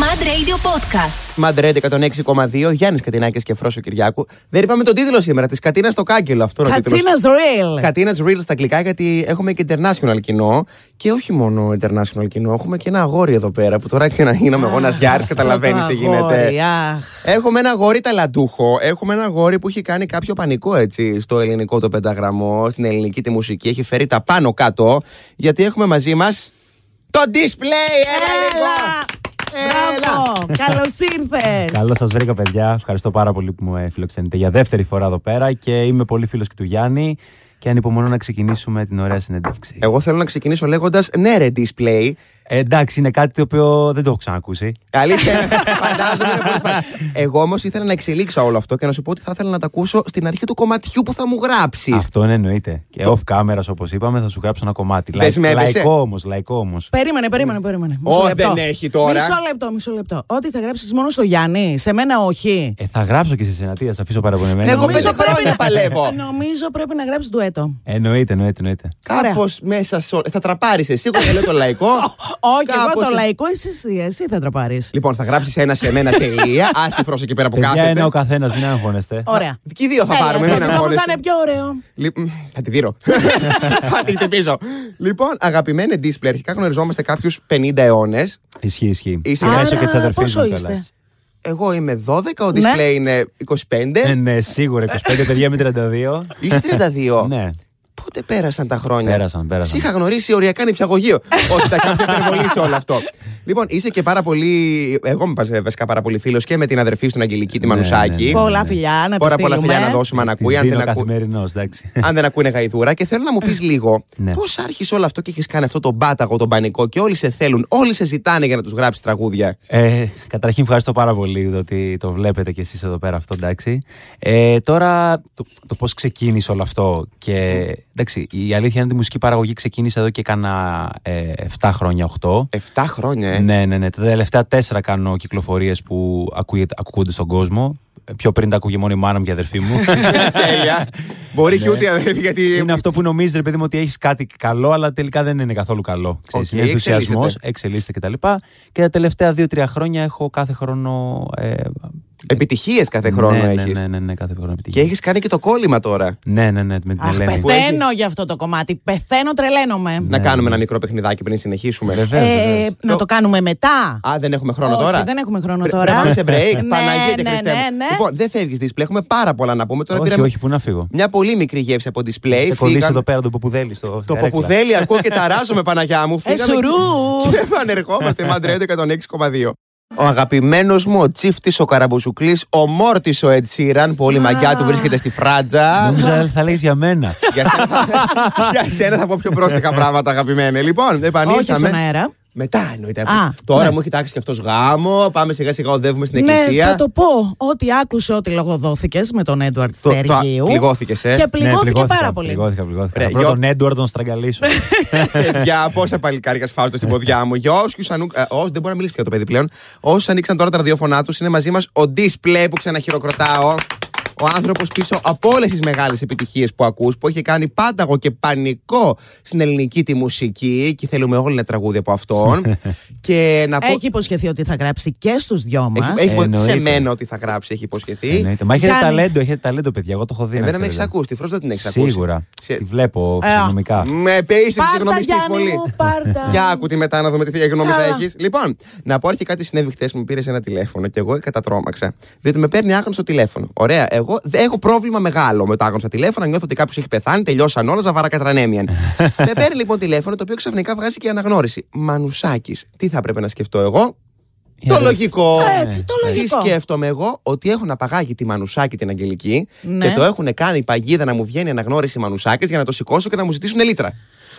Mad Radio Podcast. Μαντρέντε 106,2, Γιάννης Κατινάκης και Φρόσο Κυριάκου. Δεν είπαμε τον τίτλο σήμερα, της Κατίνας στο κάγκελο. Αυτό είναι ο τίτλος. Κατσίνα Ρίλ. Κατίνας Real στα αγγλικά, γιατί έχουμε και international κοινό. Και όχι μόνο international κοινό, έχουμε και ένα αγόρι εδώ πέρα που τώρα και να γίνομαι εγώ να ζιάρη, καταλαβαίνει τι γίνεται. Έχουμε ένα αγόρι ταλαντούχο. Έχουμε ένα αγόρι που έχει κάνει κάποιο πανικό έτσι στο ελληνικό το πενταγραμμό, στην ελληνική τη μουσική. Έχει φέρει τα πάνω κάτω. Γιατί έχουμε μαζί μας το display! Έλα, Έλα! Μπράβο! Καλώς ήρθες! Καλώς σας βρήκα, παιδιά. Ευχαριστώ πάρα πολύ που με φιλοξενείτε για δεύτερη φορά εδώ πέρα και είμαι πολύ φίλος και του Γιάννη. Και ανυπομονώ να ξεκινήσουμε την ωραία συνέντευξη. Εγώ θέλω να ξεκινήσω λέγοντας ναι, ρε display. Ε, εντάξει, είναι κάτι το οποίο δεν το έχω ξανακούσει. Αλήθεια. είναι. Φαντάζομαι. είναι πολύ σπα- Εγώ όμως ήθελα να εξελίξω όλο αυτό και να σου πω ότι θα ήθελα να τα ακούσω στην αρχή του κομματιού που θα μου γράψεις. Αυτό είναι εννοείται. Και off camera, όπως είπαμε, θα σου γράψω ένα κομμάτι. Δεν συνέβησε. λαϊκό όμως, λαϊκό όμως. Περίμενε, περίμενε, περίμενε. Ω, δεν έχει τώρα. Μισό λεπτό, μισό λεπτό. Ό,τι θα γράψεις μόνο στο Γιάννη, σε μένα όχι. Ε, θα γράψω και σε σένα, τι, θα σε αφήσω παραπονεμένο. Εγώ πέντε πρέπει χρόνια να- παλεύω. Νομίζω πρέπει να γράψεις ντουέτο. Εννοείται, εννοείται, εννοείται. Κάπως μέσα σε όλα. Θα τραπάρεις εσύ, εγώ δεν λέω το λαϊκό. Όχι, εγώ Κάπως το εσύ. λαϊκό, εσύ, εσύ, εσύ θα τραπάρει. Λοιπόν, θα γράψεις ένα σε μένα τελεία. Α τη φρόσο εκεί πέρα που Παιδιά είναι κάθεται. ο καθένας, μην αγχώνεστε. Ωραία. Και οι δύο θα Έλα, πάρουμε. το μην δικό μου θα αγχώνεσαι. είναι πιο ωραίο. Λι- μ, Θα τη δείρω. Θα τη χτυπήσω. Λοιπόν, αγαπημένε display, αρχικά γνωριζόμαστε κάποιους 50 αιώνες. Ισχύει, ισχύει. Είσαι- Άρα, Μέσω και τις αδερφές πόσο μου είστε? κιόλας. Εγώ είμαι 12, ο Ναι. display είναι 25. Ε, ναι, σίγουρα 25 παιδιά με 32. Είσαι 32. Ναι. Πότε πέρασαν τα χρόνια. Πέρασαν, πέρασαν. Σε είχα γνωρίσει οριακά νηπιαγωγείο. ότι τα κάποια υπερβολή σε όλο αυτό. Λοιπόν, είσαι και πάρα πολύ. Εγώ είμαι πα- βασικά πάρα πολύ φίλος και με την αδερφή στον Αγγελική, τη Ναι, ναι, Μανουσάκη. ναι. Πολλά φιλιά, να τη Πάρα πολλά στείλουμε. φιλιά να δώσουμε αν ακούει. Τις Αν δεν, δίνω ακού... καθημερινό, εντάξει. αν δεν ακούνε γαϊδούρα. Και θέλω να μου πεις λίγο Ναι. πώς άρχισε όλο αυτό και έχεις κάνει αυτό τον πάταγο, τον πανικό και όλοι σε θέλουν, όλοι σε ζητάνε για να τους γράψεις τραγούδια. Ε, καταρχήν ευχαριστώ πάρα πολύ το ότι το βλέπετε κι εσείς εδώ πέρα αυτό, εντάξει. Ε, τώρα το, το πώς ξεκίνησε όλο αυτό και εντάξει, η αλήθεια είναι ότι η μουσική παραγωγή ξεκίνησε εδώ και κάνα ε, 7 χρόνια, 8. 7 χρόνια, ε. Ναι, ναι, ναι. Τα τελευταία τέσσερα κάνω κυκλοφορίες που ακούγεται- ακούγονται στον κόσμο. Ε, Πιο πριν τα ακούγε μόνο η μάνα μου και η αδερφή μου. Τέλεια. Μπορεί και Ναι. ούτε αδερφή, γιατί. είναι αυτό που νομίζεις, ρε παιδί μου, ότι έχεις κάτι καλό, αλλά τελικά δεν είναι καθόλου καλό. Ξέρεις, Οκ, είναι ενθουσιασμός, εξελίσσεται. εξελίσσεται κτλ. Και τα τελευταία δύο-τρία χρόνια έχω κάθε χρόνο. Ε, Επιτυχίες κάθε χρόνο ναι, ναι, έχεις. Ναι, ναι, ναι, κάθε χρόνο επιτυχία. Και έχεις κάνει και το κόλλημα τώρα. Ναι, ναι, ναι, με την Αχ, Ελένη. πεθαίνω για αυτό το κομμάτι. Πεθαίνω, τρελαίνομαι. Να κάνουμε ένα μικρό παιχνιδάκι πριν συνεχίσουμε. Βεβαίως, Ε, βεβαίως. να το κάνουμε μετά. Α, δεν έχουμε Ναι, χρόνο Όχι, τώρα. δεν έχουμε χρόνο Πρέ- τώρα. πρέπει να πάμε σε break. Ναι, Παναγία και ναι, Χριστέ μου. ναι, ναι. Λοιπόν, δεν φεύγεις display. Έχουμε πάρα πολλά να πούμε. Τώρα Όχι, πήραμε όχι, πού να φύγω. μια πολύ μικρή γεύση από display. Θα κολλήσω Φύγαμε- εδώ πέρα το ποπουδέλι στο. Το στην καρέκλα. ποπουδέλι ακούω και ταράζομαι, Παναγιά μου. Φύγαμε Ε, σουρού. Και και επανερχόμαστε, Μάντρε 106,2. Ο αγαπημένος μου, ο τσίφτης, ο καραμπουζουκλή, ο Μόρτης ο Ed Sheeran, που όλη η μαγιά του βρίσκεται στη φράτζα. Νόμιζα θα λέει για μένα. Ναι, για, σένα, για σένα θα πω πιο πρόστιχα πράγματα, αγαπημένε. Λοιπόν, Όχι στον επανήλθαμε. αέρα. Μετά εννοείται. Α, Τώρα ναι. μου έχει τάξει και αυτός γάμο. Πάμε σιγά σιγά οδεύουμε στην Ναι, εκκλησία. θα το πω. Ό,τι άκουσε, ό,τι λογοδόθηκες με τον Έντουαρτ Το- το- Στεργίου. πληγώθηκες, ε. Και Ναι, Ναι, πληγώθηκε πληγώθηκα, πάρα πολύ. Πληγώθηκα, πληγώθηκα. Ρε, Θα βρω γιο- τον Έντουαρντ να τον στραγγαλίσω. Παιδιά, πόσα παλικάρια σφάζονται στην ποδιά μου. Για όσους ανού... ε, ό, δεν μπορεί να μιλήσει πια το παιδί πλέον. Όσους ανοίξαν τώρα τα ραδιόφωνά τους, είναι μαζί μας ο Display που ξαναχειροκροτάω. Ο άνθρωπος πίσω από όλες τις μεγάλες επιτυχίες που ακούς, που έχει κάνει πάταγο και πανικό στην ελληνική τη μουσική. Και θέλουμε όλοι ένα τραγούδι από αυτόν. και να πω. Έχει υποσχεθεί ότι θα γράψει και στους δυο μας. έχει, έχει Εννοείται. σε μένα ότι θα γράψει, έχει υποσχεθεί. Εννοείται. Ναι, Μα έχετε Γιάννη. ταλέντο, έχετε ταλέντο, παιδιά. Εγώ το έχω δει. να Εμένα με έχει ξέρετε. ακούσει. Τη φρόντο δεν την έχεις ακούσει. Σίγουρα. Σε- Τη βλέπω Ε, φυσιονομικά. Με πείσει Πάρτα, γνωμιστή Γιάννη πολύ. μου, πάρτα. Για άκου τη μετά να δούμε τι γνώμη θα Καλά. έχεις. Λοιπόν, να πω και κάτι συνέβη χθε. Μου πήρες ένα τηλέφωνο και εγώ κατατρώμαξα. Διότι με παίρνει άγνωστο τηλέφωνο. Ωραία, εγώ δεν έχω πρόβλημα μεγάλο με τα άγνωστα τηλέφωνα. Νιώθω ότι κάποιος έχει πεθάνει, τελειώσαν όλα, ζαβάρα κατρανέμιαν. με παίρνει λοιπόν τηλέφωνο το οποίο ξαφνικά βγάζει και αναγνώριση. Μανουσάκης, τι θα πρέπει να σκεφτώ εγώ. Η Το αδερφή- λογικό. Ε, έτσι, το Τι λογικό. σκέφτομαι εγώ, ότι έχουν απαγάγει τη Μανουσάκη την Αγγελική Ναι. και το έχουν κάνει παγίδα να μου βγαίνει αναγνώριση Μανουσάκης για να το σηκώσω και να μου ζητήσουν λίτρα.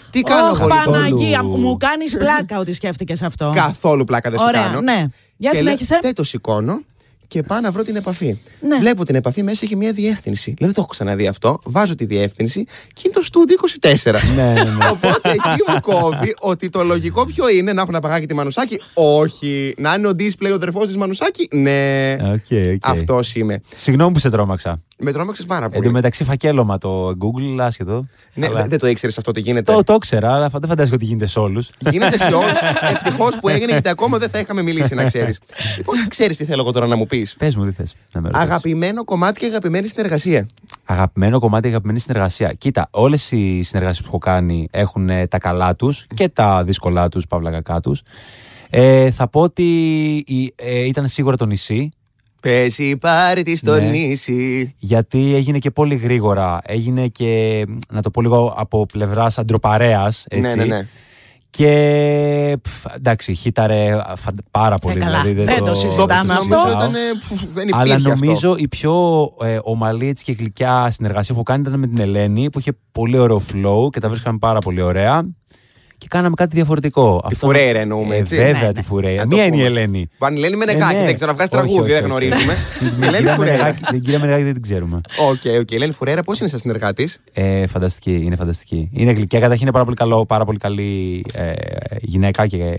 Τι κάνω Ωχ, εγώ λοιπόν. Παναγία μου, μου κάνεις πλάκα ότι σκέφτηκες αυτό. Καθόλου πλάκα δεν σου Ωραία, κάνω. ναι. Για Και λέω, συνέχισε. Δεν το σηκώνω και πάω να βρω την επαφή. Ναι. Βλέπω την επαφή μέσα έχει μια διεύθυνση. Λέω, δεν το έχω ξαναδεί αυτό. Βάζω τη διεύθυνση και είναι το στούντι 24. Ναι, ναι, ναι. Οπότε εκεί μου κόβει ότι το λογικό ποιο είναι να έχουν απαγάγει τη Μανουσάκη. Όχι. Να είναι ο display ο αδερφό της Μανουσάκη. Ναι. Οκ, οκ. Αυτός είμαι. Συγγνώμη που σε τρόμαξα. Με τρόμαξες πάρα Εν τω πολύ. μεταξύ, φακέλωμα το Google, άσχετο. Ναι, Αλλά- δε- δεν το ήξερες αυτό τι γίνεται. Το, το ξέρα, αλλά φα- δεν φαντάζομαι ότι γίνεται σε όλους. Γίνεται σε όλους. Ευτυχώς που έγινε, γιατί ακόμα δεν θα είχαμε μιλήσει, να ξέρεις. Λοιπόν, ξέρεις τι θέλω εγώ τώρα να μου πεις. Πες μου, τι θες. Αγαπημένο κομμάτι και αγαπημένη συνεργασία. Αγαπημένο κομμάτι, αγαπημένη συνεργασία. Κοίτα, όλες οι συνεργασίε που έχω κάνει έχουν ε, τα καλά τους και τα δύσκολά τους, παύλα κακά τους. Ε, θα πω ότι η- ε, ήταν σίγουρα το νησί, Πέσει πάρει της στο Ναι. νησί. γιατί έγινε και πολύ γρήγορα. Έγινε και, μ, να το πω λίγο από πλευράς αντροπαρέας. Ναι, ναι, ναι. Και πφ, εντάξει, χύταρε φαν- πάρα πολύ. Ε, καλά, δηλαδή, δεν το συζητάμε το αυτό. Νομίζω συζητάω. ήταν. ε, που Δεν υπήρχε Αλλά νομίζω αυτό. η πιο ε, ομαλή έτσι, και γλυκιά συνεργασία που κάνει ήταν με την Ελένη που είχε πολύ ωραίο flow και τα βρίσκαμε πάρα πολύ ωραία. Και κάναμε κάτι διαφορετικό. Τη φουρέιρα εννοούμε, Ε, έτσι. βέβαια Ναι, ναι. τη φουρέιρα. Να το Μία είναι η πούμε. Ελένη. Που Αν λένε με Ε, νεκάκι, ναι. δεν ξέρω να βγάζει Όχι, τραγούδι, όχι, δεν όχι. γνωρίζουμε. Την Ελένη κυρία Φουρέιρα. Μενεγάκη- Την κυρία Μενεγάκη δεν την ξέρουμε. Οκ, οκ. Ελένη Φουρέρα, πώς είναι σαν συνεργάτη. Ε, φανταστική, είναι φανταστική. Είναι γλυκιά, καταρχήν είναι πάρα πολύ, καλό, πάρα πολύ καλή ε, γυναίκα και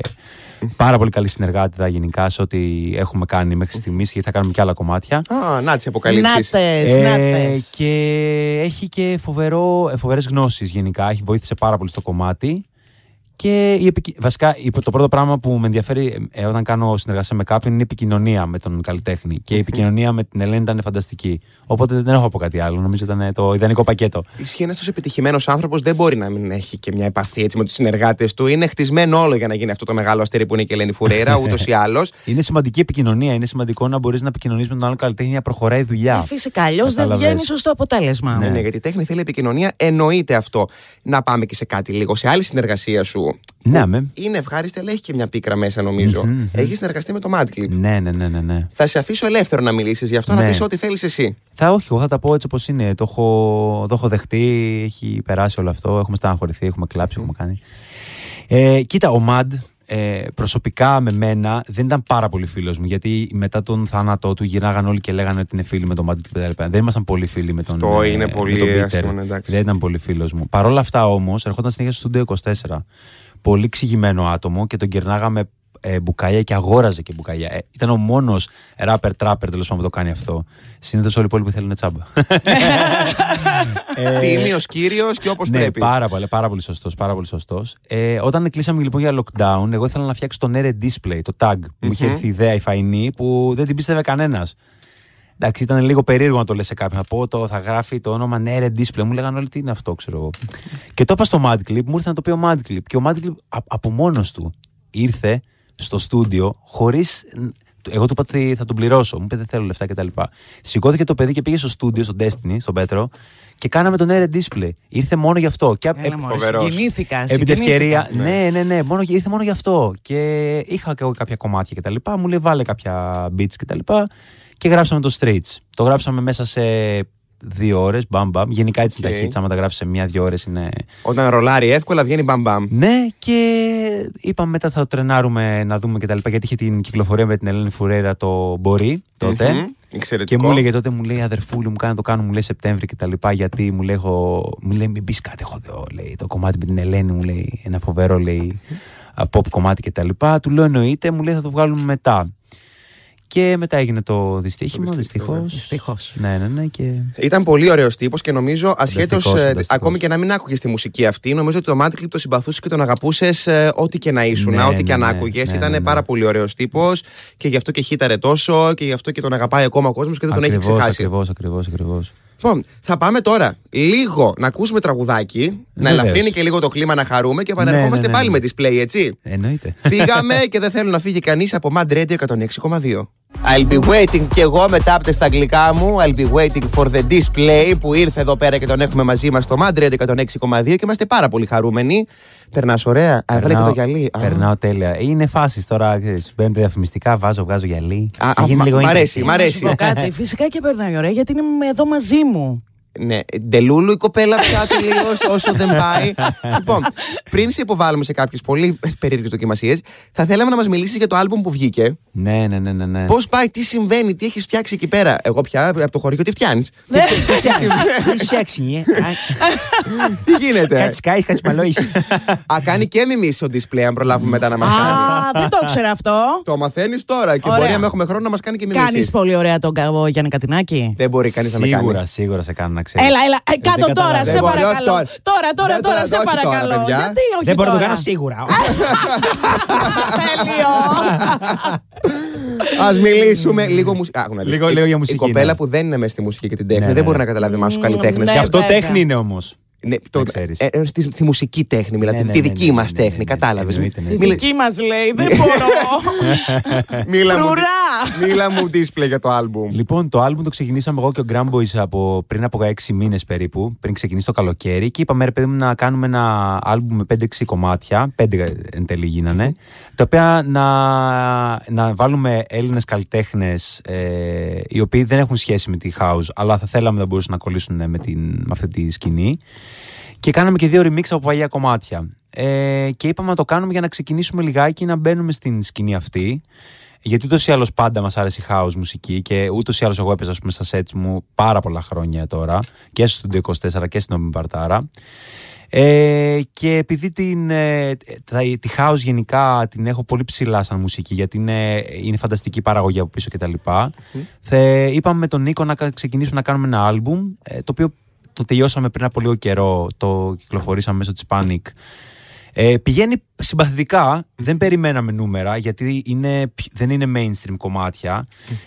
πάρα πολύ καλή συνεργάτητα γενικά σε ό,τι έχουμε κάνει μέχρι στιγμής και θα κάνουμε και άλλα κομμάτια. Α, να τις αποκαλύψεις. Νάτες, Ε, νάτες. και έχει και φοβερό, ε, φοβερές γνώσεις γενικά, έχει βοήθησε πάρα πολύ στο κομμάτι. Και η επικοι- βασικά η- το πρώτο πράγμα που με ενδιαφέρει ε, όταν κάνω συνεργασία με κάποιον είναι η επικοινωνία με τον καλλιτέχνη. Και η επικοινωνία με την Ελένη ήταν φανταστική. Οπότε δεν έχω από κάτι άλλο. Νομίζω ήταν ε, το ιδανικό πακέτο. Ισχύει ένα τόσο επιτυχημένος άνθρωπος δεν μπορεί να μην έχει και μια επαφή έτσι, με τους συνεργάτες του. Είναι χτισμένο όλο για να γίνει αυτό το μεγάλο αστέρι που είναι και η Ελένη Φουρέρα, Ναι. ούτως ή άλλως. Είναι σημαντική επικοινωνία. Είναι σημαντικό να μπορείς να επικοινωνείς με τον άλλο καλλιτέχνη να προχωράει η δουλειά. Ε, Φυσικά, αλλιώς δεν Κατάλαβες. βγαίνει σωστό αποτέλεσμα. Ναι, ναι, γιατί η τέχνη θέλει επικοινωνία, εννοείται αυτό. Να πάμε και σε κάτι λίγο, σε άλλη συνεργασία σου. Ναι, με. Είναι ευχάριστη, αλλά έχει και μια πίκρα μέσα, νομίζω. Έχει συνεργαστεί με το Mad Clip. Ναι, ναι, ναι, ναι, ναι. Θα σε αφήσω ελεύθερο να μιλήσεις γι' αυτό, να Ναι. πεις ό,τι θέλεις εσύ. Θα όχι, εγώ θα τα πω έτσι όπως είναι. Το έχω, το έχω δεχτεί, έχει περάσει όλο αυτό. Έχουμε στεναχωρηθεί, έχουμε κλάψει, έχουμε κάνει. Ε, κοίτα, ο Μαντ ε, προσωπικά με μένα δεν ήταν πάρα πολύ φίλος μου. Γιατί μετά τον θάνατό του γυρνάγαν όλοι και λέγανε ότι είναι φίλοι με τον Μαντ και τα λοιπά. Δεν ήμασταν πολύ φίλοι με τον Αυτό ε, είναι με πολύ τον Peter. άσχημο, ναι, εντάξει. Δεν ήταν πολύ φίλος μου. Παρ' όλα αυτά όμως, ερχόταν συνέχεια στο Studio 24. Πολύ ξηγημένο άτομο και τον κερνάγαμε ε, μπουκάλια και αγόραζε και μπουκάλια. Ε, ήταν ο μόνος rapper trapper τέλος πάντων που το κάνει αυτό. Συνήθως όλοι οι υπόλοιποι θέλουν τσάμπα. Ε... Τίμιος, κύριος και όπως ναι, πρέπει. πάρα πολύ, πάρα πολύ σωστός. Πάρα πολύ σωστός. Ε, όταν κλείσαμε λοιπόν για lockdown, εγώ ήθελα να φτιάξω το Nere Display, το tag. Μου είχε έρθει η ιδέα η φαϊνή που δεν την πίστευε κανένας. Εντάξει, ήταν λίγο περίεργο να το λες σε κάποιον. Θα πω, το, θα γράφει το όνομα Nere Display. Μου λέγανε όλοι τι είναι αυτό, ξέρω εγώ. και το είπα στο Mad Clip, μου ήρθε να το πει ο Mad Clip. Και ο Mad Clip α- από μόνος του ήρθε στο στούντιο χωρίς. Εγώ του είπα ότι θα τον πληρώσω. Μου είπε δεν θέλω λεφτά κτλ. Σηκώθηκε το παιδί και πήγε στο στούντιο, στο Destiny, στον Πέτρο και κάναμε τον Nere Display. Ήρθε μόνο γι' αυτό. Και απ- Έλα, μωρέ, φοβερός. συγκινήθηκα. Επί την συγκινήθηκα. ευκαιρία. Ναι, ναι, ναι. Μόνο, ήρθε μόνο γι' αυτό. Και είχα και εγώ κάποια κομμάτια κτλ. Μου λέει βάλε κάποια beats κτλ. Και, και γράψαμε το streets. Το γράψαμε μέσα σε δύο ώρες. Μπαμ, μπαμ. Γενικά έτσι είναι Οκ. τα hits. Άμα τα γράφει σε μία-δύο ώρες είναι. Όταν ρολάρει εύκολα, βγαίνει μπαμπαμ. Ναι, και είπαμε μετά θα το τρενάρουμε να δούμε κτλ. Γιατί είχε την κυκλοφορία με την Ελένη Φουρέρα το Μπορεί τότε. Μμμ, Ναι. Και Εξαιρετικό. μου έλεγε τότε, μου λέει αδερφούλη μου, κάνε το κάνω, μου λέει Σεπτέμβρη και τα λοιπά. Γιατί μου λέει, έχω, μου λέει μην πεις κάτι, έχω δω, λέει, το κομμάτι με την Ελένη, μου λέει ένα φοβερό, λέει, α, pop κομμάτι και τα λοιπά. Του λέω εννοείται, μου λέει θα το βγάλουμε μετά. Και μετά έγινε το δυστύχημα, δυστυχώ. Δυστυχώς. Ναι, ναι, ναι. Και... Ήταν πολύ ωραίος τύπος και νομίζω ασχέτω. Φανταστικός, φανταστικός. Ακόμη και να μην άκουγες τη μουσική αυτή, νομίζω ότι το Mad Clip το συμπαθούσες και τον αγαπούσες ό,τι και να ήσουν, Ναι, ό,τι ναι, και αν ναι, άκουγες. ναι, Ήταν ναι, ναι. πάρα πολύ ωραίος τύπος και γι' αυτό και χύταρε τόσο και γι' αυτό και τον αγαπάει ακόμα ο κόσμος και δεν τον έχει ξεχάσει. Ακριβώς, ακριβώς, ακριβώς. Λοιπόν, θα πάμε τώρα λίγο να ακούσουμε τραγουδάκι, να Βεβαίως. ελαφρύνει και λίγο το κλίμα να χαρούμε και επανερχόμαστε Ναι, ναι, ναι, πάλι ναι. με display, έτσι. Εννοείται. Φύγαμε και δεν θέλω να φύγει κανείς από Mad Radio 106,2. I'll be waiting και εγώ μετάπτε στα αγγλικά μου. I'll be waiting for the display που ήρθε εδώ πέρα και τον έχουμε μαζί μας στο Mad Radio 106,2 και είμαστε πάρα πολύ χαρούμενοι. Περνάς ωραία. Α, Περνάω- βλέπει το γυαλί. Α. Περνάω τέλεια. Είναι φάσεις τώρα. ξέρεις, Μπαίνω διαφημιστικά, βάζω, βγάζω γυαλί. Α, Θα α, γίνει μ' λίγο αρέσει, ίντερνετ. μ' αρέσει. Να σου πω κάτι. Φυσικά και περνάει ωραία γιατί είναι εδώ μαζί μου. Ναι, ντελούλου η κοπέλα πια τελείω όσο δεν πάει. λοιπόν, πριν σε υποβάλουμε σε κάποιες πολύ περίεργες δοκιμασίες, θα θέλαμε να μας μιλήσεις για το άλμπουμ που βγήκε. Ναι, ναι, ναι, ναι. ναι. Πώς πάει, τι συμβαίνει, τι έχεις φτιάξει εκεί πέρα. Εγώ πια από το χωριό, τι φτιάνεις. Ναι. Έχει φτιάξει, ε. τι Ναι. γίνεται. Κάτι σκάει, κάτι μαλόισε. Α, κάνει και μιμή στο display, αν προλάβουμε μετά να μας κάνει. Α, δεν το ήξερα αυτό. Το μαθαίνεις τώρα και Ωραία. μπορεί, αν έχουμε χρόνο, να μας κάνει και Κάνει μιμήσει. πολύ ωραία τον καβό Γιάννη Κατινάκη. Δεν μπορεί κανείς να με κάνει. Σίγουρα, σίγουρα σε κάνει να ξέρεις. Έλα, έλα, ε, κάτω δεν τώρα, καταλαβαίνω. σε Εγώ, παρακαλώ. όχι Τώρα, τώρα, Δεν τώρα, τώρα, σε όχι τώρα, παρακαλώ. παιδιά. Γιατί όχι Δεν μπορώ να το τώρα. κάνω σίγουρα. Τέλειο. Ας μιλήσουμε λίγο μουσική. Λίγο- λίγο για Η μουσική, κοπέλα ναι. που δεν είναι μέσα στη μουσική και την τέχνη Ναι, δεν ναι. μπορεί να καταλάβει εμάς τους καλλιτέχνε. ναι. Γι' αυτό βέβαια. τέχνη είναι όμως. το, Δεν ξέρεις. ε, ε, στη, στη μουσική τέχνη, δηλαδή. Ναι, ναι, τη ναι, δική ναι, μας ναι, ναι, ναι, τέχνη, ναι, κατάλαβε. εννοείται, Ε, ναι. Η δική μας λέει, δεν μπορώ. Μίλα μου, Φρουρά. μίλα μου display για το άλμπουμ. Λοιπόν, το album το ξεκινήσαμε εγώ και ο Grand Boys από, πριν από 6 μήνες περίπου, πριν ξεκινήσει το καλοκαίρι. Και είπαμε, ρε παιδί μου, να κάνουμε ένα album με 5-6 κομμάτια. 5 εν τέλει γίνανε. Τα οποία να, να βάλουμε Έλληνες καλλιτέχνες ε, οι οποίοι δεν έχουν σχέση με τη house, αλλά θα θέλαμε να μπορούσαν να κολλήσουν με, την, με αυτή τη σκηνή. Και κάναμε και δύο remix από παλιά κομμάτια. Ε, και είπαμε να το κάνουμε για να ξεκινήσουμε λιγάκι να μπαίνουμε στην σκηνή αυτή. Γιατί ούτως ή άλλως πάντα μας άρεσε η house μουσική και ούτως ή άλλως εγώ έπαιζα ας πούμε, στα sets μου πάρα πολλά χρόνια τώρα και στο Studio 24 και στην Όμιλη Παρτάρα. Ε, και επειδή την, ε, τα- τη house γενικά την έχω πολύ ψηλά σαν μουσική γιατί είναι, είναι φανταστική παραγωγή από πίσω κτλ. Θε, είπαμε με τον Νίκο να κα- ξεκινήσουμε να κάνουμε ένα άλμπουμ ε, το οποίο το τελειώσαμε πριν από λίγο καιρό, το κυκλοφορήσαμε μέσω της Panic. Ε, πηγαίνει συμπαθητικά, δεν περιμέναμε νούμερα γιατί είναι, πι- δεν είναι mainstream κομμάτια.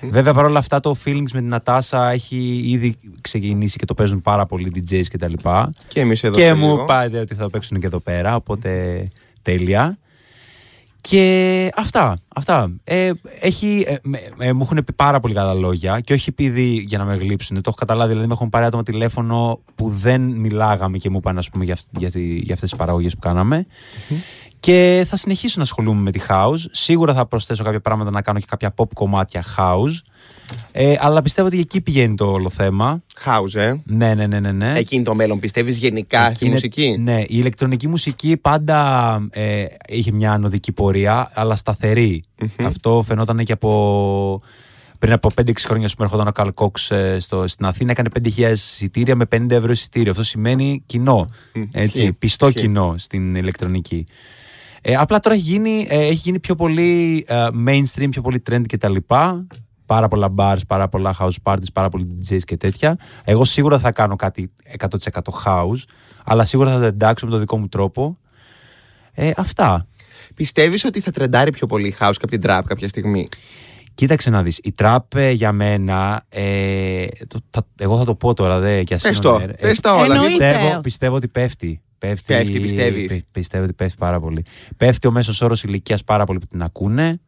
Βέβαια παρόλα αυτά το Feelings με την Ατάσα έχει ήδη ξεκινήσει και το παίζουν πάρα πολλοί DJs κτλ. Και εμείς εδώ. Και σε μου λίγο. είπατε ότι θα το παίξουν και εδώ πέρα, οπότε τέλεια. Και αυτά, αυτά. Ε, έχει, ε, με- ε, μου έχουν πει πάρα πολύ καλά λόγια και όχι επειδή για να με γλύψουν. Το έχω καταλάβει, δηλαδή με έχουν πάρει άτομα τηλέφωνο που δεν μιλάγαμε και μου είπαν ας πούμε, για, αυ- για, τη- για αυτές τις παραγωγές που κάναμε. Και θα συνεχίσω να ασχολούμαι με τη house. Σίγουρα θα προσθέσω κάποια πράγματα να κάνω και κάποια pop κομμάτια house. Ε, αλλά πιστεύω ότι εκεί πηγαίνει το όλο θέμα. House, ε. Ναι, ναι, ναι, ναι. ναι. Εκεί είναι το μέλλον, πιστεύεις γενικά στη Είναι- μουσική. Ναι, η ηλεκτρονική μουσική πάντα ε, είχε μια ανωδική πορεία, αλλά σταθερη Αυτό φαινόταν και από. Πριν από 5-6 χρόνια, ας πούμε, ερχόταν ο Καλ Κόξ ε, στο, στην Αθήνα, έκανε 5.000 εισιτήρια με 50 ευρώ εισιτήριο. Αυτό σημαίνει κοινό. Έτσι, ισχύει, πιστό ισχύει. κοινό στην ηλεκτρονική. Ε, απλά τώρα έχει γίνει, ε, έχει γίνει πιο πολύ ε, mainstream, πιο πολύ trend κτλ. Πάρα πολλά bars, πάρα πολλά house parties, πάρα πολλοί DJs και τέτοια. Εγώ σίγουρα θα κάνω κάτι 100% house, αλλά σίγουρα θα το εντάξω με τον δικό μου τρόπο. Ε, αυτά. Πιστεύεις ότι θα τρεντάρει πιο πολύ η house και από την trap κάποια στιγμή. Κοίταξε να δεις, η τραπ ε, για μένα, ε, το, θα- εγώ θα το πω τώρα, δε, και ας Πες είναι το, on air. Ε, πες τα όλα. εννοεί- πιστεύω, Είτε. πιστεύω ότι πέφτει. Πέφτει, Πέφτει, πιστεύεις. πι- πιστεύω ότι πέφτει πάρα πολύ. Πέφτει ο μέσος όρος ηλικίας πάρα πολύ που την ακούνε.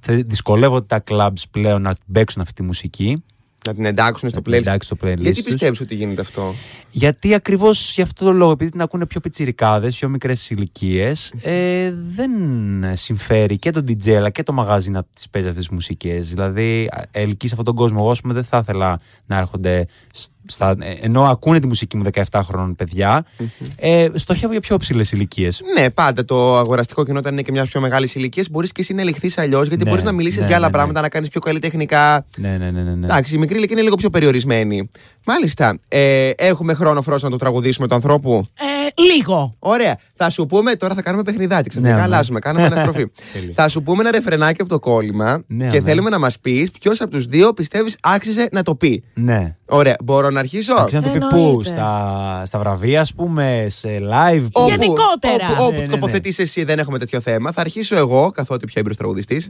Θε- Δυσκολεύονται τα clubs πλέον να παίξουν αυτή τη μουσική. Να την εντάξουν στο Να την playlist. εντάξουν στο playlist Γιατί τους. πιστεύεις ότι γίνεται αυτό. Γιατί ακριβώς γι' αυτό το λόγο, επειδή την ακούνε πιο πιτσιρικάδες, πιο μικρές ηλικίες, ε, δεν συμφέρει και τον DJ αλλά και το μαγάζι να τις παίζει αυτές τις μουσικές. Δηλαδή, α, ελκύει σε αυτόν τον κόσμο. Εγώ, ας πούμε, δεν θα ήθελα να έρχονται. σ- Στα, ε, ενώ ακούνε τη μουσική μου 17 χρόνων παιδιά, ε, στοχεύω για πιο ψηλές ηλικίες. Ναι, πάντα το αγοραστικό κοινό όταν είναι και μια πιο μεγάλης ηλικίας μπορείς και εσύ να ελιχθείς αλλιώς γιατί Ναι, μπορείς να μιλήσεις ναι, για άλλα ναι, ναι. πράγματα, να κάνεις πιο καλλιτεχνικά. Ναι, ναι, ναι, ναι. ναι. Εντάξει, η μικρή ηλικία είναι λίγο πιο περιορισμένη. Μάλιστα. Ε, έχουμε χρόνο φρόσο να το τραγουδήσουμε του ανθρώπου. Ε, Λίγο. Ωραία. Θα σου πούμε, τώρα θα κάνουμε παιχνιδάκι. Ξαφνικά Ναι, αμέ. αλλάζουμε, κάνουμε αναστροφή. Τέλεια. θα σου πούμε ένα ρεφρενάκι από το κόλλημα Ναι, και αμέ. θέλουμε να μας πεις ποιος από τους δύο πιστεύεις άξιζε να το πει. ναι. Ωραία. Μπορώ να αρχίσω. Ξέρω να το πει Εννοείται. πού, στα, στα βραβεία, ας πούμε, σε live. πού? Όπου- Γενικότερα. Όπου, όπου Ναι, ναι, ναι. τοποθετείς εσύ, δεν έχουμε τέτοιο θέμα. Θα αρχίσω εγώ, καθότι πιο έμπειρος τραγουδιστής.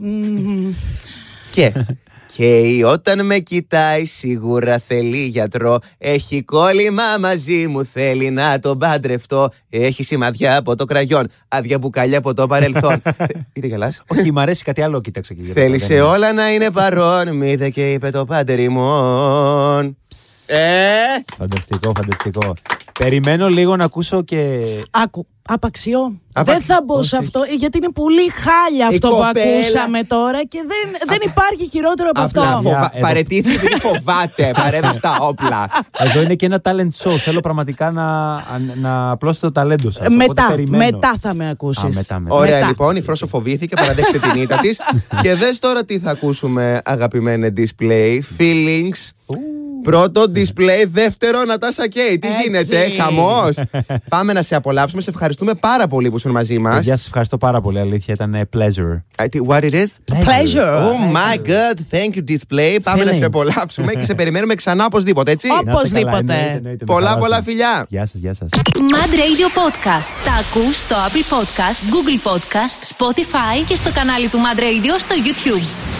και. Και όταν με κοιτάει, σίγουρα θέλει γιατρό. Έχει κόλλημα μαζί μου, θέλει να τον παντρευτώ. Έχει σημαδιά από το κραγιόν, άδεια μπουκάλια από το παρελθόν. Θε- Γιατί γελάς? Όχι, μ' αρέσει κάτι άλλο, κοίταξε και για το Θέλει σε παρακάτω. όλα να είναι παρόν, μη δε και είπε το παντερημόν. Ε! Φανταστικό, φανταστικό. Περιμένω λίγο να ακούσω και. Άκου. Απαξιό. Απαξιό. Δεν θα μπω σε αυτό, ε, γιατί είναι πολύ χάλια Η αυτό που κοπέλα- ακούσαμε τώρα και δεν, δεν υπάρχει χειρότερο από Απλά αυτό. φοβα... Εδώ- παρετήθηκε επειδή φοβάται, παρέδωσε τα όπλα. Εδώ είναι και ένα talent show. Θέλω πραγματικά να, να απλώσετε το ταλέντο σας. Μετά, μετά θα με ακούσεις. Α, μετά, μετά. Ωραία, Μετά. λοιπόν, η Φρόσο φοβήθηκε, παραδέχτηκε την ήττα της. και δες τώρα τι θα ακούσουμε, αγαπημένε display. Feelings. Πρώτο display, δεύτερο Νατάσα Κέι. Τι Έτσι. γίνεται, χαμός. Πάμε να σε απολαύσουμε. Σε ευχαριστούμε πάρα πολύ που ήσουν μαζί μας. Γεια σας, ευχαριστώ πάρα πολύ. Αλήθεια, ήταν pleasure. What it is? Pleasure. Oh my god, thank you display. Πάμε να σε Feelings. απολαύσουμε και σε περιμένουμε ξανά οπωσδήποτε, έτσι. Οπ. Να είστε καλά, Οπωσδήποτε. εννοείται, εννοείται, με Πολλά χαρά πολλά σας. φιλιά. Γεια σας, γεια σας. Mad Radio Podcast. Τα ακούς στο Apple Podcast, Google Podcast, Spotify και στο κανάλι του Mad Radio στο YouTube.